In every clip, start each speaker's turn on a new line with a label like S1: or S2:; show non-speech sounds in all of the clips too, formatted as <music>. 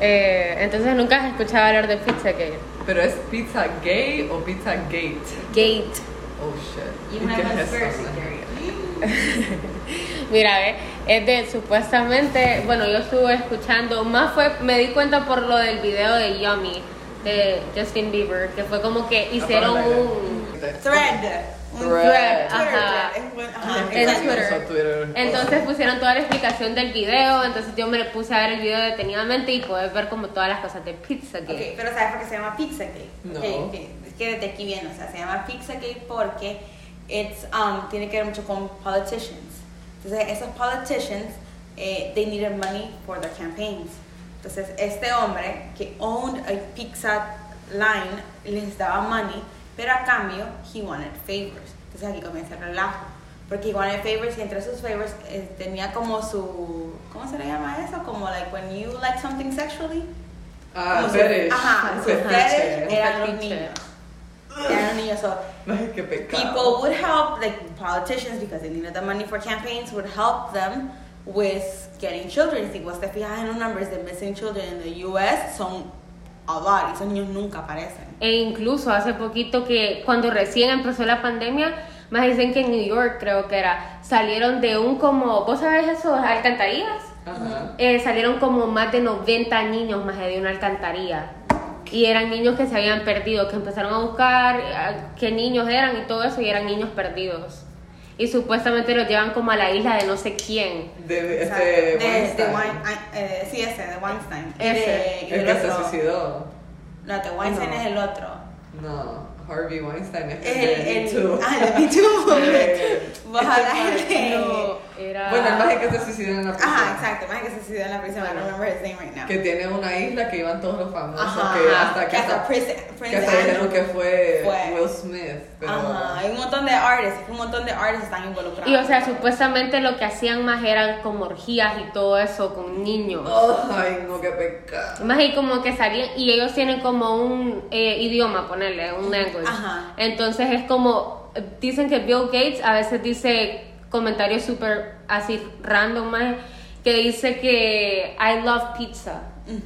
S1: Eh, entonces nunca has escuchado hablar de Pizzagate.
S2: Pero es pizza gay o pizza gate.
S1: Gate.
S2: Oh shit.
S3: You
S2: ¿Y
S3: have
S2: qué
S3: a
S2: es
S3: conspiracy
S2: eso?
S3: theory.
S1: Mira, ve, es de supuestamente, bueno, yo estuve escuchando, más fue, me di cuenta por lo del video de Yummy, de Justin Bieber, que fue como
S2: Ah,
S1: que hicieron
S2: Aparte,
S1: un...
S3: Thread. Un
S2: Thread.
S3: thread.
S1: Ajá.
S3: thread. Es bueno, ajá,
S2: Ah,
S1: En
S3: exacto.
S1: Twitter.
S2: Twitter.
S1: Entonces pusieron toda la explicación del video, entonces yo me puse a ver el video detenidamente y pude ver como todas las cosas de pizza que...
S3: Ok, pero ¿sabes por qué se llama Pizza Cake?
S2: No.
S3: Ok, ok. Es que desde aquí viene, o sea, se llama Pizza Cake porque it's, um, tiene que ver mucho con politicians. Entonces, esos politicians, eh, they needed money for their campaigns. Entonces, este hombre que owned a pizza line les daba money, pero a cambio, he wanted favors. Entonces, aquí comienza el relajo. Porque he wanted favors y entre sus favors eh, tenía como su, ¿cómo se le llama eso? Como like when you like something sexually.
S2: Ah,
S3: Como su-
S2: fetish.
S3: Ajá,
S2: Un
S3: su
S2: fetiche.
S3: fetish eran los
S1: fetiche.
S3: niños. Eran niños. So,
S2: <laughs> Ay, qué pecado.
S3: people would help, like politicians, because they needed the money for campaigns, would help them with getting children. Si vos te fijas en los numbers de missing children in the US, son a lot. Y esos niños nunca aparecen.
S1: E incluso hace poquito que cuando recién empezó la pandemia, más dicen que en New York creo que era, salieron de un como, ¿vos sabés eso? Alcantarillas.
S2: Ajá.
S1: Eh, salieron como más de 90 niños más de una alcantarilla. Y eran niños que se habían perdido, que empezaron a buscar eh, qué niños eran y todo eso, y eran niños perdidos. Y supuestamente los llevan como a la isla de no sé quién.
S2: De
S3: O sea, de,
S2: este. Weinstein.
S3: de Wein- ah, eh, sí, ese, de Weinstein. Y
S1: Ese.
S3: de- y
S2: El
S3: el
S2: que Ah, se
S3: otro.
S2: suicidó.
S3: No, de Weinstein
S1: No.
S3: es el otro.
S2: No, Harvey Weinstein es
S3: El,
S2: el, de Me
S3: el,
S2: Too.
S3: <laughs> Ah, el de Me Too
S2: <laughs> Eh,
S3: Movement. Vos hablas de-
S1: No, era...
S2: Bueno, el más que se suicidó en la prisión.
S3: Ajá, exacto. Más que se suicidó en la prisión. I don't remember his name right now.
S2: Que tiene una isla que iban todos los famosos.
S3: Ajá,
S2: que hasta que
S3: que hasta
S2: hasta,
S3: Prince, Prince
S2: que hasta dijeron
S3: Andrew.
S2: que fue,
S3: fue.
S2: Will Smith. Pero
S3: Ajá, hay un montón de artists, un montón de artists están involucrados.
S1: Y o sea, supuestamente lo que hacían más eran como orgías y todo eso con niños.
S2: ay, no, qué pecado.
S1: Más y como que salían, y ellos tienen como un eh, idioma, ponerle, un language.
S3: Ajá.
S1: Entonces es como, eh, dicen que Bill Gates a veces dice comentarios súper así random, maje, que dice que I love pizza,
S3: Ujú.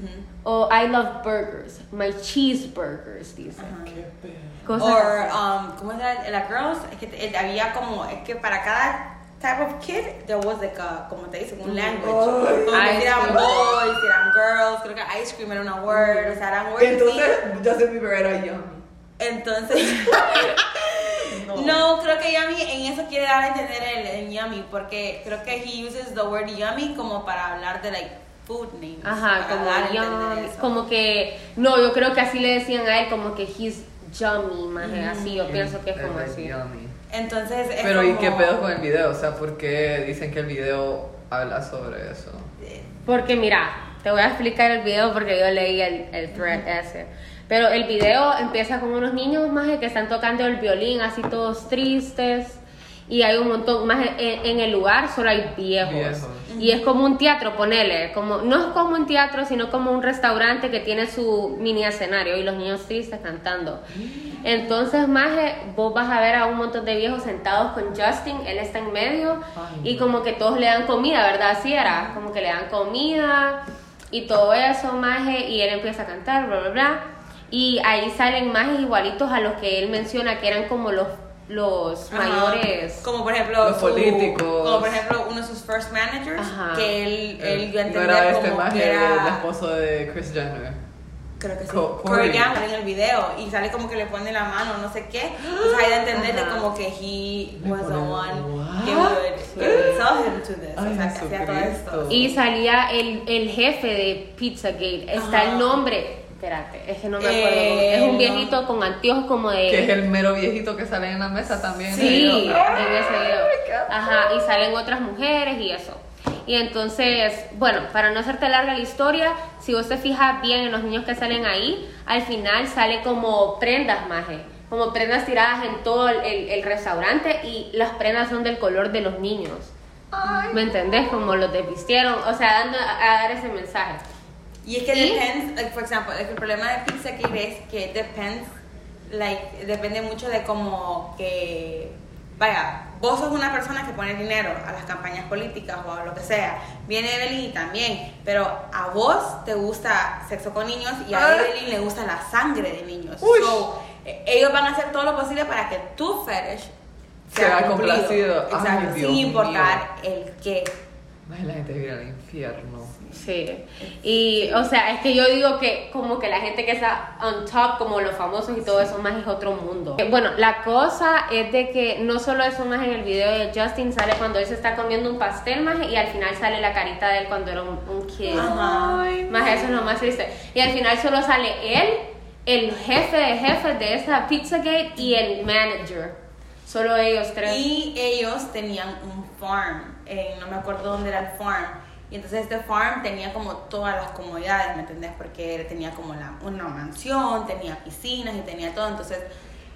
S1: o I love burgers, my cheeseburgers, dice.
S2: Qué pena.
S1: Cosas
S3: Or,
S1: así.
S3: um, ¿cómo era? La girls, es que te- había como, es que para cada type of kid, there was like a, como te dicen, un language. Como que
S1: Ay,
S3: si eran
S1: sí.
S3: boys, si eran girls, creo que ice cream era una word, o sea, eran words. así.
S2: Entonces, Justin Bieber era Yummy.
S3: Entonces, no. creo que Yami en eso quiere dar a entender el, el Yami, porque creo que he uses the word Yami como para hablar de like food names.
S1: Ajá,
S3: para
S1: como
S3: dar a entender
S1: yummy,
S3: eso.
S1: como que, no, yo creo que así le decían a él, como que he's yummy, maje, así, yo pienso que es como
S2: Era
S1: así.
S2: Yummy.
S3: Entonces, es
S2: Pero, ¿y
S3: como-
S2: qué pedo con el video? O sea, ¿por qué dicen que el video habla sobre eso?
S1: Porque mira, te voy a explicar el video porque yo leí el, el thread ese. Pero el video empieza con unos niños más que están tocando el violín, así todos tristes. Y hay un montón más en, en el lugar, solo hay viejos.
S2: Viejos.
S1: Y es como un teatro, ponele. Como, no es como un teatro, sino como un restaurante que tiene su mini escenario y los niños tristes cantando. Entonces, más vos vas a ver a un montón de viejos sentados con Justin, él está en medio
S2: Ay,
S1: y como que todos le dan comida, ¿verdad? Así era, como que le dan comida y todo eso, maje, y él empieza a cantar, bla, bla, bla. Y ahí salen majes igualitos a los que él menciona que eran como los, los
S3: Ajá.
S1: mayores.
S3: Como por ejemplo.
S2: Los políticos.
S3: Como por ejemplo uno de sus first managers.
S1: Ajá.
S3: Que él, él dio a
S2: no
S3: entender
S2: era este
S3: como
S2: más,
S3: que
S2: era el
S3: era.
S2: esposo de Chris Jenner.
S3: Creo que sí.
S2: Co-
S3: Corey
S2: Corey.
S3: Gamble en el video. Y sale como que le pone la mano, no sé qué. O sea, hay de entender de
S1: Ajá.
S3: como que he
S2: Le
S3: was the
S2: pone-
S3: one
S2: What?
S3: que would, que would sell him to this.
S2: Ay,
S3: o sea, que hacía todo
S2: Jesucristo.
S3: esto.
S1: Y salía el, el jefe de Pizzagate, está
S3: Ajá.
S1: el nombre, espérate, es que no me acuerdo,
S3: Eh,
S1: es un
S3: no.
S1: viejito con anteojos como de...
S2: Que es el mero viejito que sale en la mesa también.
S1: Eh. Sí,
S2: ¿no? Ah,
S1: en ese video.
S2: qué
S1: Ajá, y salen otras mujeres y eso. Y entonces, bueno, para no hacerte larga la historia, si vos te fijas bien en los niños que salen ahí, al final sale como prendas maje, como prendas tiradas en todo el, el- el restaurante y las prendas son del color de los niños. ¿Me entendés? Como los desvistieron, o sea, dando a, a dar ese mensaje.
S3: Y es que
S1: Y-
S3: depends, like, por ejemplo, el problema de Pizza Kid es que depends, like, depende mucho de como que vaya, vos sos una persona que pone dinero a las campañas políticas o a lo que sea. Viene Evelyn y también, pero a vos te gusta sexo con niños y a
S2: Ah.
S3: Evelyn le gusta la sangre de niños.
S2: Uy.
S3: So, eh, ellos van a hacer todo lo posible para que tu fetish
S2: Sea
S3: cumplido.
S2: complacido. Ay,
S3: Exacto,
S2: Dios
S3: sin importar el qué.
S2: Más la gente vive al infierno.
S1: Sí. Y, o sea, es que yo digo que como que la gente que está on top, como los famosos y todo eso, más es otro mundo. Eh, Bueno, la cosa es de que no solo eso más en el video de Justin sale cuando él se está comiendo un pastel más y al final sale la carita de él cuando era un, un kid.
S3: Ajá.
S1: Más eso es lo más triste. Y al final solo sale él, el jefe de jefes de esa Pizzagate y el manager. Solo ellos tres.
S3: Y ellos tenían un farm, eh, no me acuerdo dónde era el farm. Y entonces este farm tenía como todas las comodidades, ¿me entendés? Porque tenía como la- una mansión, tenía piscinas y tenía todo. Entonces,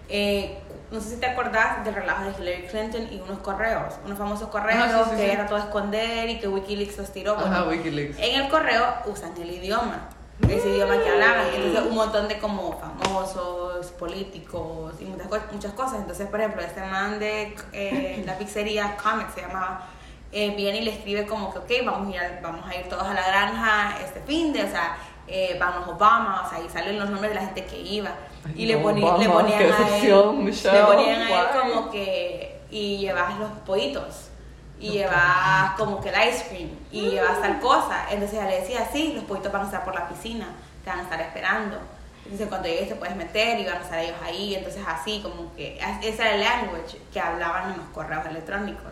S3: eh, no sé si te acordás del relajo de Hillary Clinton y unos correos, unos famosos correos
S2: Ah, sí, sí,
S3: que
S2: sí.
S3: era todo a esconder y que Wikileaks los tiró.
S2: Ajá,
S3: Bueno,
S2: Wikileaks.
S3: en el correo usan el idioma, ese idioma que hablaban. Entonces, un montón de como famosos, políticos y muchas, co- muchas cosas. Entonces, por ejemplo, este man de eh, la pizzería Comic se llamaba, eh, viene y le escribe como que, ok, vamos a ir, al- vamos a ir todos a la granja este fin de, o sea, eh, vamos Obama, o sea, y salen los nombres de la gente que iba.
S2: Ay,
S3: Y le,
S2: no,
S3: poni- le
S2: Obama,
S3: ponían
S2: qué
S3: a
S2: decepción,
S3: él,
S2: Michelle,
S3: le ponían a él
S2: why?
S3: como que, y llevas los pollitos y llevas como que el ice cream y llevas tal cosa. Entonces ella le decía, sí, los pollitos van a estar por la piscina, te van a estar esperando. Entonces cuando llegues te puedes meter y van a estar ellos ahí. Entonces así como que as- ese era el language que hablaban en los correos electrónicos.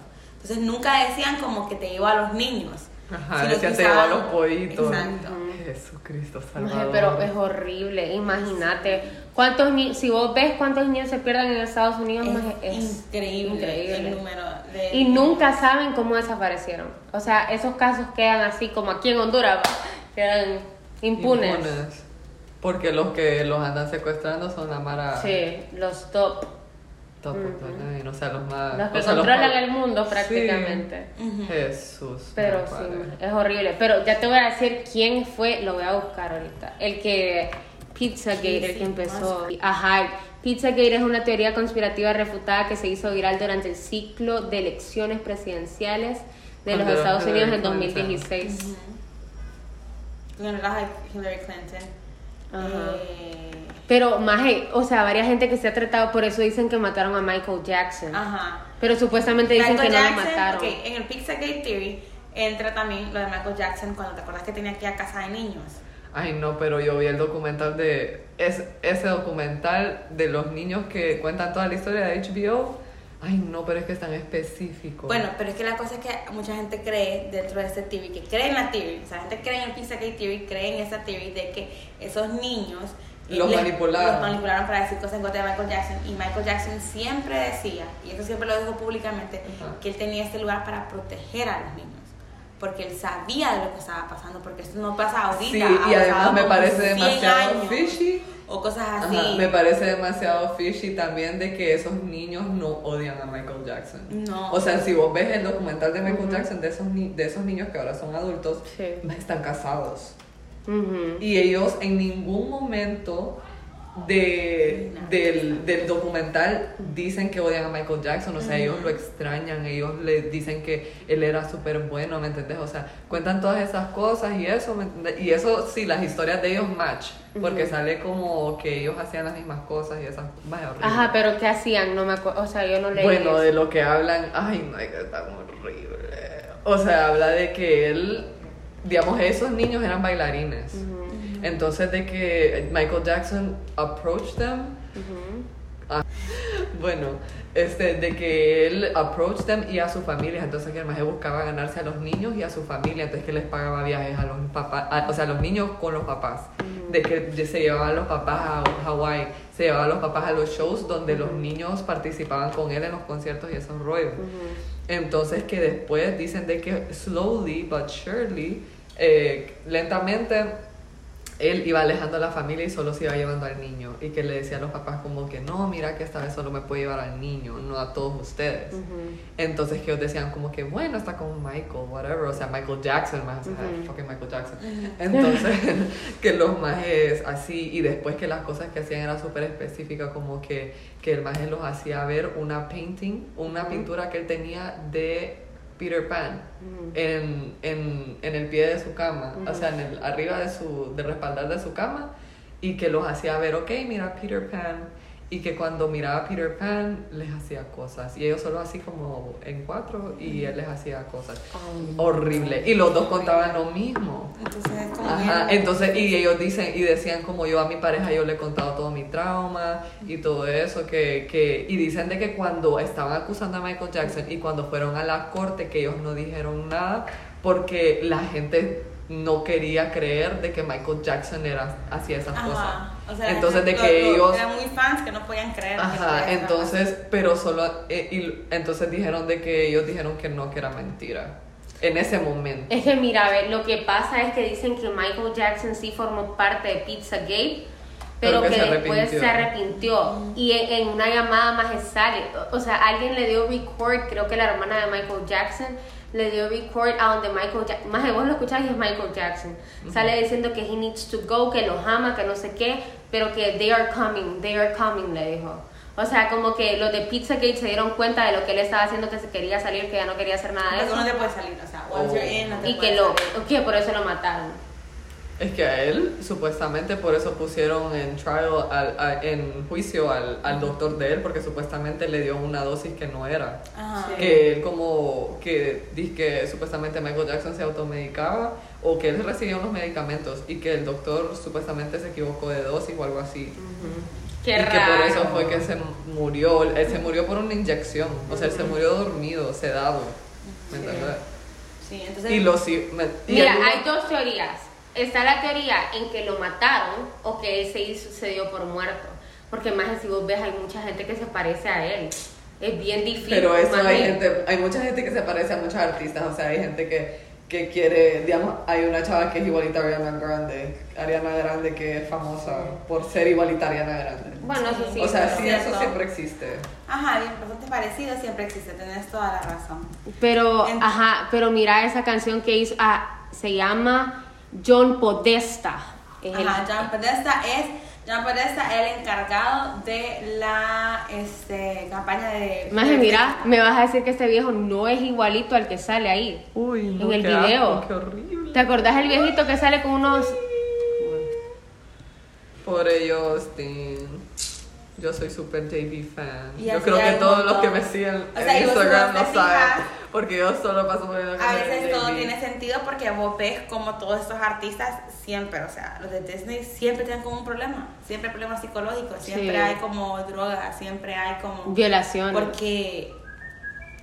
S3: Entonces nunca decían como que te llevo a los niños.
S2: Ajá,
S3: sino
S2: decía
S3: que
S2: te llevó a
S3: usaban-
S2: los pollitos.
S3: Exacto.
S2: Jesucristo
S1: Maje,
S2: salvador.
S1: pero es horrible, imagínate. ¿Cuántos ni- si vos ves cuántos niños se pierden en Estados Unidos, maje,
S3: Es
S1: es
S3: increíble, el número de...
S1: Y nunca saben cómo desaparecieron. O sea, esos casos quedan así como aquí en Honduras, va, quedan impunes.
S2: Impunes. Porque los que los andan secuestrando son la mara
S1: Sí, los top,
S2: top of the line, o sea, los más...
S1: los que
S2: o sea,
S1: controlan
S2: más-
S1: el mundo
S2: Sí.
S1: prácticamente.
S3: Ujú.
S2: Jesús.
S1: Pero
S2: mi
S1: sí,
S2: padre.
S1: es horrible. Pero ya te voy a decir quién fue, lo voy a buscar ahorita. El que. Pizzagate, el que empezó. Ajá, Pizzagate es una teoría conspirativa refutada que se hizo viral durante el ciclo de elecciones presidenciales de los
S2: Cuando
S1: Estados
S2: Hillary
S1: Unidos en
S2: Clinton.
S1: 2016.
S3: En el relajo de Hillary Clinton.
S1: Ajá.
S3: Eh,
S1: Pero, maje, o sea, varias gente que se ha tratado, por eso dicen que mataron a Michael Jackson.
S3: Ajá.
S1: Pero supuestamente dicen
S3: Michael
S1: Ah. que no
S3: Jackson,
S1: lo mataron.
S3: ok, en el Pizzagate Theory entra también lo de Michael Jackson cuando te acuerdas que tenía que ir a casa de niños.
S2: Ay, no, pero yo vi el documental de. Es, ese documental de los niños que cuentan toda la historia de HBO. Ay, no, pero es que es tan específico.
S3: Bueno, pero es que la cosa es que mucha gente cree dentro de este theory, que cree en la theory, o sea, la gente cree en el Pizzagate Theory, cree en esa theory de que esos niños eh,
S2: Los
S3: les-
S2: manipularon.
S3: los manipularon para decir cosas en contra de Michael Jackson y Michael Jackson siempre decía, y eso siempre lo dijo públicamente,
S2: Ajá.
S3: que él tenía este lugar para proteger a los niños. Porque él sabía de lo que estaba pasando, porque esto no pasa ahorita.
S2: sí,
S3: ha
S2: y además
S3: pasado
S2: me
S3: como
S2: parece
S3: 100
S2: demasiado
S3: años.
S2: fishy.
S3: o cosas
S2: Ajá,
S3: así.
S2: me parece demasiado fishy también de que esos niños no odian a Michael Jackson.
S3: No.
S2: O sea, si vos ves el documental de Michael Jackson, de esos, ni- de esos niños que ahora son adultos,
S1: Sí.
S2: están casados.
S1: Ujú.
S2: Y ellos en ningún momento de, del, del documental dicen que odian a Michael Jackson, o sea, ellos lo extrañan, ellos le dicen que él era súper bueno, ¿me entendés? O sea, cuentan todas esas cosas y eso, ¿me entendés? Y eso sí, las historias de ellos match, porque sale como que ellos hacían las mismas cosas y esas más horrible.
S1: Ajá, pero ¿qué hacían? No me acuerdo. O sea, yo no leí.
S2: Bueno,
S1: eso.
S2: de lo que hablan, ay, no, es que es tan horrible. O sea, habla de que él, digamos, esos niños eran bailarines. Entonces, de que Michael Jackson approached them. <laughs> Ah, bueno, este, de que él approached them y a sus familias. Entonces, que el maje buscaba ganarse a los niños y a su familia. Entonces, que les pagaba viajes a los papás, a- o sea, a los niños con los papás. De que se llevaban los papás a Hawái, se llevaban los papás a los shows donde los niños participaban con él en los conciertos y esos rollos. Entonces que después dicen de que slowly but surely, eh, lentamente, él iba alejando a la familia y solo se iba llevando al niño y que le decía a los papás como que no, mira que esta vez solo me puedo llevar al niño, no a todos ustedes.
S1: Mm-hmm.
S2: Entonces que ellos decían como que bueno, está con Michael, whatever, o sea, Michael Jackson, más, o sea,
S1: Ujú.
S2: fucking Michael Jackson.
S1: <laughs>
S2: Entonces <laughs> que los majes así y después que las cosas que hacían eran súper específicas como que, que el maje los hacía ver una painting, una
S1: Ujú.
S2: pintura que él tenía de Peter Pan
S1: Mm-hmm.
S2: en, en, en el pie de su cama, o sea, en el, arriba de su, de respaldar de su cama, y que los hacía ver, ok, mira Peter Pan, y que cuando miraba Peter Pan les hacía cosas, y ellos solo así como en cuatro, y él les hacía cosas. Horrible. Y los dos contaban lo mismo.
S3: Entonces es como
S2: Ajá,
S3: bien-
S2: entonces, y ellos dicen, y decían como yo a mi pareja, yo le he contado todo mi trauma y todo eso, que, que, y dicen de que cuando estaban acusando a Michael Jackson y cuando fueron a la corte, que ellos no dijeron nada, porque la gente no quería creer de que Michael Jackson era, hacía esas cosas.
S3: Ajá. O sea, la
S2: entonces,
S3: gente-
S2: de
S3: lo-
S2: que
S3: lo-
S2: ellos...
S3: eran muy fans que no podían creer. que
S2: Ajá,
S3: podía ser
S2: entonces, pero solo, eh, y, entonces dijeron de que ellos dijeron que no, que era mentira, en ese momento.
S1: Es que mira, a ver, lo que pasa es que dicen que Michael Jackson sí formó parte de Pizzagate, pero,
S2: Pero que
S1: que,
S2: se
S1: después
S2: arrepintió.
S1: se arrepintió. Y en, en una llamada majestad, o sea, alguien le dio record, creo que la hermana de Michael Jackson le dio record a donde Michael Jackson, más de vos lo escuchás y es Michael Jackson. Sale diciendo que he needs to go, que los ama, que no sé qué, pero que they are coming, they are coming, le dijo. O sea, como que los de Pizzagate se dieron cuenta de lo que él estaba haciendo, que se quería salir, que ya no quería hacer nada de
S3: Porque
S1: eso.
S3: uno te puede salir, o sea, once
S2: Oh.
S3: you're in, no te
S1: Y que
S3: puedes
S1: lo,
S3: salir.
S1: que por eso lo mataron.
S2: Es que a él, supuestamente, por eso pusieron en trial, al- a- en juicio al, al doctor de él, porque supuestamente le dio una dosis que no era.
S3: Ajá.
S1: Sí.
S2: Que él como, que dice que supuestamente Michael Jackson se automedicaba o que él recibía unos medicamentos y que el doctor supuestamente se equivocó de dosis o algo así.
S1: Qué
S2: y que
S1: raro.
S2: por eso fue que se murió, él se murió por una inyección, o sea, él se murió dormido, sedado. ¿Me
S1: Sí.
S2: entiendes?
S3: Sí, entonces.
S2: Y los... y me- y
S1: Mira,
S2: el-
S1: hay dos teorías. Está la teoría en que lo mataron o que él se, hizo- se dio por muerto. Porque más si vos ves, hay mucha gente que se parece a él. Es bien difícil.
S2: Pero eso
S1: más
S2: hay
S1: bien.
S2: gente, hay mucha gente que se parece a muchos artistas, o sea, hay gente que, que quiere, digamos, hay una chava que es igualita a Ariana Grande, Ariana Grande que es famosa por ser igualita a Ariana Grande.
S1: Bueno, eso sí.
S2: o sea,
S1: pero-
S2: sí,
S3: cierto.
S2: eso siempre existe.
S3: Ajá, bien, bastante parecido siempre existe, tenés toda la razón.
S1: Pero,
S3: Ent-
S1: ajá, pero mira esa canción que hizo, ah, se llama John Podesta. Es el-
S3: Ajá, John Podesta es John Podesta el encargado de la este, campaña de.
S1: Más
S3: de-
S1: mira, me vas a decir que este viejo no es igualito al que sale ahí.
S2: Uy,
S1: no, En el qué asco, video. qué
S2: horrible.
S1: ¿Te acordás el viejito que sale con unos...
S2: Pobre Justin. Yo soy super JB fan.
S3: Y
S2: yo
S3: así
S2: creo
S3: hay
S2: que
S3: un
S2: todos los
S3: montón.
S2: que me siguen
S3: O
S2: en
S3: sea, y vos
S2: Instagram
S3: no
S2: lo
S3: te
S2: saben.
S3: fijas.
S2: Porque yo solo paso por el
S3: A veces todo tiene sentido porque vos ves como todos estos artistas siempre, o sea, los de Disney siempre tienen como un problema, siempre hay problemas psicológicos, siempre
S1: Sí.
S3: hay como drogas, siempre hay como...
S1: Violaciones.
S3: Porque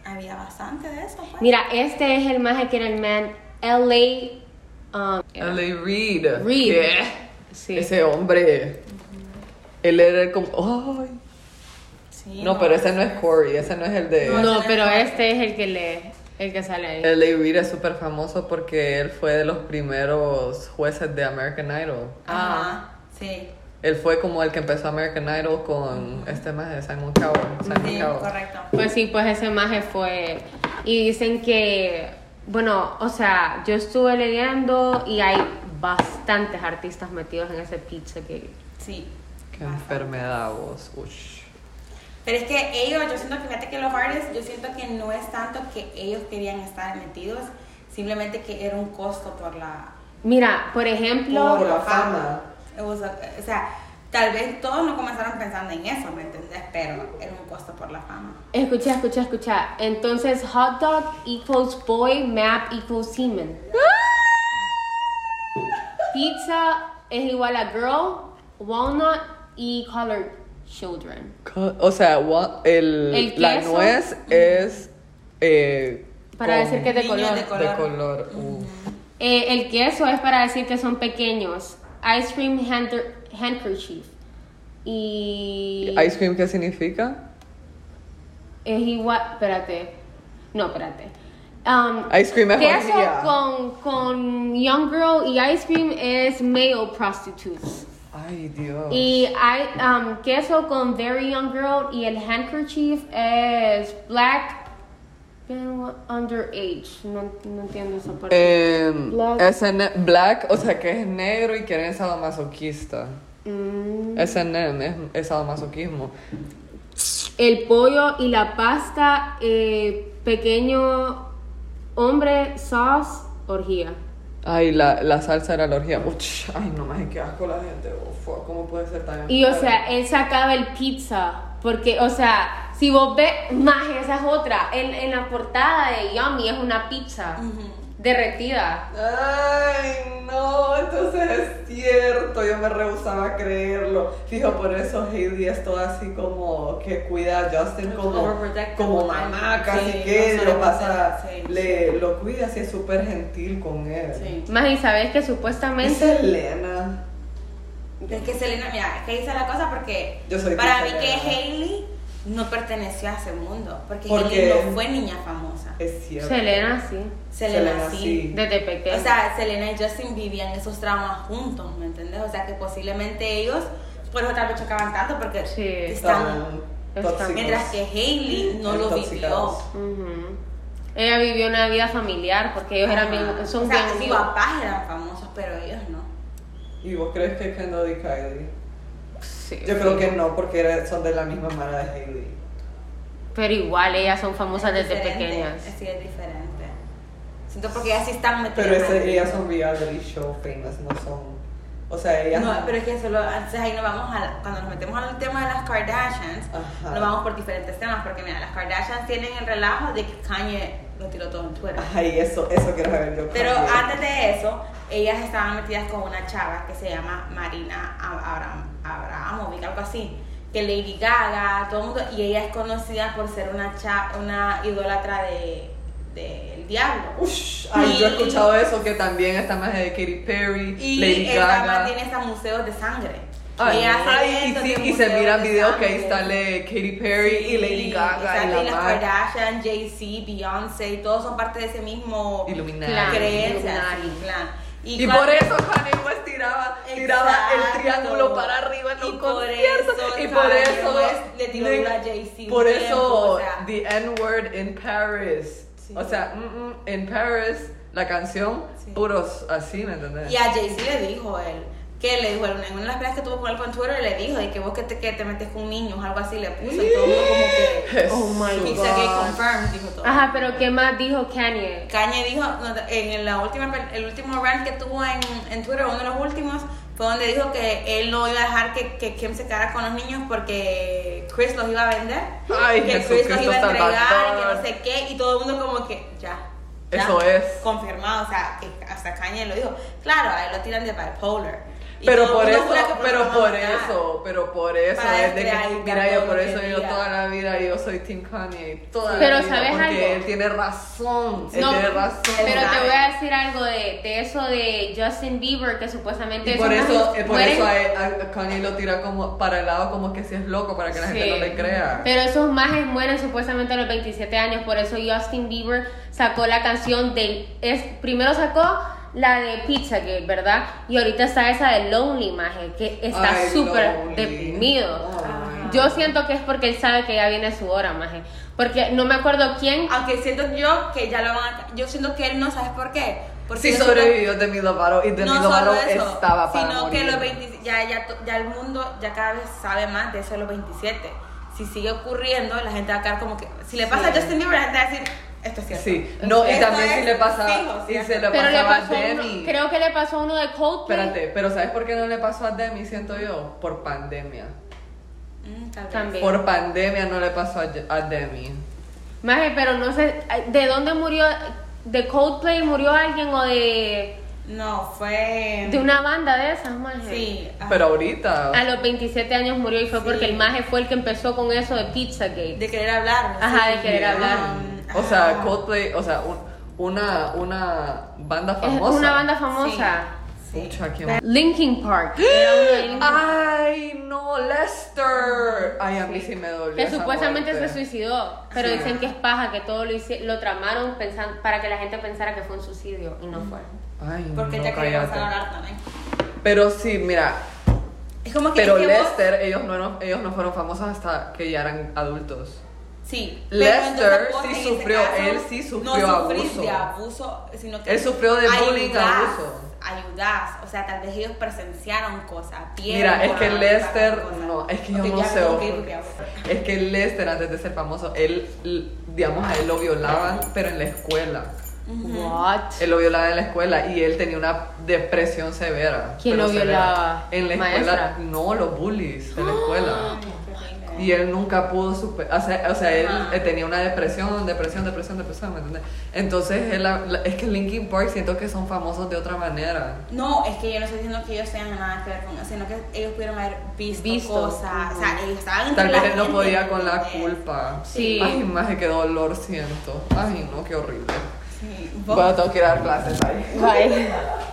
S3: había bastante de eso. Pues.
S1: Mira, este es el maje que era el man LA. um, era-
S2: LA Reid.
S1: Reid.
S2: ¿Qué?
S1: Sí.
S2: Ese hombre. Él era el como. ¡Ay!
S3: Sí,
S2: No, pero ese no es Corey, ese no es el de.
S1: No, pero este es el que le. El que sale ahí.
S2: L.A. Reid es súper famoso porque él fue de los primeros jueces de American Idol. Ah.
S3: Ajá, sí.
S2: Él fue como el que empezó American Idol con este más de Simon Cowell. Simon
S3: Sí,
S2: Cowell.
S3: correcto.
S1: Pues sí, pues ese maje fue. Y dicen que. Bueno, o sea, yo estuve leyendo y hay bastantes artistas metidos en ese pizza que.
S3: Sí.
S2: Qué
S3: Bastante.
S2: enfermedad vos. Ush.
S3: Pero es que ellos, yo siento que fíjate que los artists, yo siento que no es tanto que ellos querían estar metidos, simplemente que era un costo por la,
S1: Mira, por ejemplo.
S2: Por la fama.
S3: It was a- o sea, tal vez todos no comenzaron pensando en eso, ¿me entendés? Pero era un costo por la fama.
S1: Escucha, escucha, escucha. Entonces, hot dog equals boy, map equals semen. Pizza es igual a girl, walnut y colored children.
S2: Co- O sea, wa- el,
S1: El
S2: la
S1: queso.
S2: nuez es. eh,
S1: Para
S2: con-
S1: decir que es de
S3: Niños
S1: color.
S3: de
S2: De color. Uf.
S1: Eh, el queso es para decir que son pequeños. Ice cream hander- handkerchief. Y
S2: ¿Ice cream qué significa?
S1: es igual, espérate. No, espérate. Um,
S2: Ice cream es
S1: beso
S2: orgía.
S1: con, con Young Girl y Ice Cream es male prostitutes.
S2: Ay, Dios.
S1: Y hay, um, queso con Very Young Girl y el handkerchief es black pero underage. No, no entiendo esa parte.
S2: Em,
S1: Black.
S2: SN black, o sea que es negro y quieren sadomasoquista.
S1: Mm.
S2: SNM es, es sadomasoquismo.
S1: El pollo y la pasta, eh, pequeño hombre, sauce, orgía.
S2: Ay, la, la salsa era la orgía. Uch, ay, no más, qué asco la gente. Oh, fuck, ¿Cómo puede ser tan
S1: Y o
S2: enferma?
S1: sea, él sacaba el pizza. Porque, o sea, si vos ves, más esa es otra. En, en la portada de Yummy es una pizza
S3: Mm.
S1: derretida.
S2: Ay, no, entonces es cierto, yo me rehusaba a creerlo. Fijo, por eso Heidi es toda así como que cuida a Justin como,
S3: Overprotective.
S2: como mamá, casi
S3: Sí,
S2: que
S3: no
S2: le
S3: solo
S2: pasa,
S3: protege, sí,
S2: le, lo cuida así, es súper gentil con él.
S3: Sí.
S1: Más y sabes que
S2: Es
S1: supuestamente.
S2: Elena.
S3: Es que Selena, mira, es que dice la cosa porque
S2: Yo soy
S3: para mí
S2: Selena.
S3: que Hailey no perteneció a ese mundo, porque,
S2: Porque-
S3: Hailey no fue niña famosa.
S2: Es cierto.
S1: Selena, sí.
S3: Selena,
S2: Eh, Selena sí.
S3: sí.
S1: Desde pequeña.
S3: O sea, Selena y Justin vivían esos traumas juntos, ¿me entendés? O sea, que posiblemente ellos, por eso tal vez chocaban tanto, porque
S1: Sí.
S3: están...
S2: Están
S1: Están-
S2: tóxicos.
S3: Mientras que Hailey no lo vivió.
S2: Intoxicados.
S1: Ujú. Ella vivió una vida familiar porque ellos eran bien, son
S3: Ah, o sea,
S1: bien-
S3: sus papás eran famosos, pero ellos no.
S2: ¿Y vos crees que Kendall y Kylie?
S1: Sí,
S2: Yo creo que no, porque era- son de la misma mara de Hailey.
S1: Pero igual ellas son famosas
S3: Es
S1: desde
S3: diferente,
S1: pequeñas.
S3: Sí, es diferente. Siento porque ellas sí están metidas.
S2: Pero ese-
S3: ahí.
S2: ellas son reality show famous, no son. O sea, ellas.
S3: No, pero es que solo, entonces ahí nos vamos a, cuando nos metemos al tema de las Kardashians,
S2: Ajá.
S3: nos vamos por diferentes temas, porque mira, las Kardashians tienen el relajo de que Kanye lo tiró todo en Twitter.
S2: Ay, eso, eso quiero saber yo.
S3: Pero
S2: también.
S3: antes de eso, ellas estaban metidas con una chava que se llama Marina Abraham, Abrahamovic, algo así, que Lady Gaga, todo el mundo, y ella es conocida por ser una cha- una idólatra de del diablo.
S2: Ush, ay, yo he escuchado eso que también está más de Katy Perry,
S3: Y
S2: Lady
S3: esta
S2: Gaga.
S3: man tiene hasta museos de sangre.
S2: Ay,
S3: Ella hace
S2: ay, y,
S3: eventos
S2: sí,
S3: de
S2: y se
S3: museos
S2: miran
S3: de
S2: videos que ahí
S3: sangre.
S2: sale Katy Perry y Lady
S3: Sí,
S2: Gaga
S3: exacto,
S2: y la
S3: las
S2: mar.
S3: Kardashian, Jay-Z, Beyoncé, todos son parte de ese mismo
S2: Illuminati.
S1: Claro.
S3: creencia,
S1: Illuminati.
S3: sí, plan.
S2: Y,
S3: cuando-
S2: por eso Kanye West tiraba, tiraba
S3: Exacto.
S2: el triángulo para arriba en los
S3: Y por
S2: conciertos.
S3: eso
S2: y por
S3: Kanye
S2: eso
S3: West le tiró
S2: Nick-
S3: duro a Jay-Z un
S2: Por
S3: tiempo,
S2: eso
S3: o sea.
S2: The N-word in Paris.
S3: Sí.
S2: O sea, mm, mm, in Paris, la canción,
S3: Sí.
S2: puros así, ¿me entendés?
S3: Y a Jay-Z le dijo él, que le dijo, en una de las peleas que tuvo con él con Twitter, le dijo, y que vos que te, que te metes con niños, algo así, le puso, y todo el mundo como que,
S1: Oh my
S2: Jesús.
S3: pizza gay confirmed, dijo todo.
S1: Ajá, pero ¿qué más dijo Kanye?
S3: Kanye dijo, no, en la última, pel- el último rant que tuvo en, en Twitter, uno de los últimos, fue donde dijo que él no iba a dejar que, que Kim se quedara con los niños porque Chris los iba a vender,
S2: Ay,
S3: que Chris los
S2: Jesucristo
S3: iba a entregar,
S2: Salvador.
S3: que no sé qué, y todo el mundo como que, ya. ya,
S2: Eso es.
S3: Confirmado, o sea, que hasta Kanye lo dijo. Claro, a él lo tiran de bipolar. Y
S2: Pero
S3: todo
S2: por
S3: el
S2: eso,
S3: mundo jura que
S2: pero
S3: lo
S2: por
S3: van a matar.
S2: eso, pero por eso,
S3: Para
S2: desde que,
S3: descrear
S2: mira, yo
S3: todo
S2: por
S3: lo
S2: eso
S3: que
S2: yo
S3: diga.
S2: toda la vida, yo soy Team Kanye, toda
S1: Pero
S2: la vida,
S1: ¿sabes
S2: porque
S1: algo?
S2: él tiene razón, él
S1: No,
S2: tiene razón.
S1: pero te
S3: Exacto.
S1: voy a decir algo de, de eso de Justin Bieber que supuestamente
S2: Y por
S1: esos
S2: eso,
S1: más
S2: eh, por
S1: mueren-
S2: eso a, a- a Kanye lo tira como para el lado como que si es loco, para que la gente
S1: Sí.
S2: no le crea.
S1: Pero esos majes mueren supuestamente a los 27 años, por eso Justin Bieber sacó la canción de es primero sacó la de Pizzagate, ¿verdad? Y ahorita está esa de Lonely Maje, que está
S2: Ay,
S1: súper
S2: lonely. Oh,
S1: deprimido.
S2: Ay.
S1: Yo siento que es porque él sabe que ya viene su hora, maje. Porque no me acuerdo quién
S2: Ah,
S3: Aunque siento yo que ya lo van a... Yo siento que él no, ¿sabes por qué? Porque
S2: Sí
S3: yo siento-
S2: sobrevivió Demi Lovato y Demi
S3: no
S2: Lovato
S3: solo eso,
S2: estaba para
S3: sino
S2: morir.
S3: que los 20 ya, ya, to- ya el mundo ya cada vez sabe más de eso de los 27. Si sigue ocurriendo, la gente va a quedar como que... Si le pasa
S2: Sí.
S3: a Justin Bieber, la gente va a decir, esto es cierto.
S2: Sí, no, y
S3: Esto
S2: también
S3: es
S2: si le pasaba,
S3: fijo,
S2: y
S3: ¿cierto?
S2: se le
S1: pero le
S2: pasaba
S1: pasó
S2: a
S1: a uno-
S2: Demi.
S1: creo que le pasó a uno de Coldplay.
S2: Espérate, pero ¿sabes por qué no le pasó a Demi, siento yo? Por pandemia.
S3: Mm, tal vez.
S1: También.
S2: Por pandemia no le pasó a, a Demi.
S1: Maje, pero no sé, ¿de dónde murió? ¿De Coldplay murió alguien o de,
S3: No, fue...
S1: de una banda de esas, maje?
S3: Sí. ajá.
S2: Pero ahorita...
S1: A los 27 años murió y fue
S3: Sí.
S1: porque el maje fue el que empezó con eso de Pizzagate.
S3: De querer hablar. ¿no?
S1: Ajá,
S3: Sí.
S1: de querer hablar.
S3: Um,
S2: o sea,
S3: ajá.
S2: Coldplay, o sea, un- una, una banda
S1: es
S2: famosa.
S1: una banda famosa.
S3: Sí, Sí.
S2: Pucha, qué
S1: Linkin Park. Era uno de Linkin Park,
S2: Ay, no, Lester. Ay, a mí sí, me dolió.
S1: Que
S2: esa
S1: supuestamente
S2: muerte.
S1: se suicidó, pero
S2: Sí.
S1: dicen que es paja, que todo lo, hice- lo tramaron pensando, para que la gente pensara que fue un suicidio y no fue.
S2: Ay,
S3: Porque
S2: no,
S3: ya quería
S2: cállate.
S3: empezar a hablar también.
S2: Pero sí, mira,
S3: Es como que
S2: pero
S3: es que vos-
S2: Lester, ellos, no, no- ellos no fueron famosos hasta que ya eran adultos.
S3: Sí.
S2: Lester
S3: pero entonces vos
S2: sí
S3: en ese
S2: sufrió, él sí sufrió
S3: no sufrís
S2: abuso.
S3: de abuso, sino que
S2: Él sufrió de bullying,
S3: ayudás,
S2: abuso.
S3: Ayudás, o sea, tal vez ellos presenciaron cosas. vieron
S2: Mira, es que
S3: cosas,
S2: Lester,
S3: cosas.
S2: no, es que yo
S3: Ok,
S2: no
S3: ya
S2: sé.
S3: como
S2: ojo.
S3: que porque abuso.
S2: Es que Lester antes de ser famoso, él, l- digamos, a él lo violaban, pero en la escuela.
S1: What?
S2: Él lo violaba en la escuela y él tenía una depresión severa.
S1: ¿Quién
S2: pero
S1: lo
S2: severa.
S1: violaba?
S2: En la escuela,
S1: ¿Maestra?
S2: no, los bullies de la escuela.
S3: Ah, Terrible.
S2: Y él nunca pudo superar, o sea, o sea, él
S3: Ajá.
S2: eh, tenía una depresión, depresión, depresión, depresión, ¿me entiendes? Entonces, él ha- la- es que Linkin Park siento que son famosos de otra manera.
S3: No, es que yo no estoy diciendo que ellos tengan nada que ver con eso, sino que ellos pudieron haber visto,
S1: Visto,
S3: cosas. O sea, ellos estaban entre
S2: Tal vez
S3: la
S2: él no
S3: gente,
S2: podía con la
S3: ¿entendés?
S2: culpa.
S1: Sí.
S2: Ay, más qué dolor siento. Ay, no, qué horrible.
S3: Sí, vos-
S2: Bueno, tengo que ir a dar clases ahí.
S1: Bye.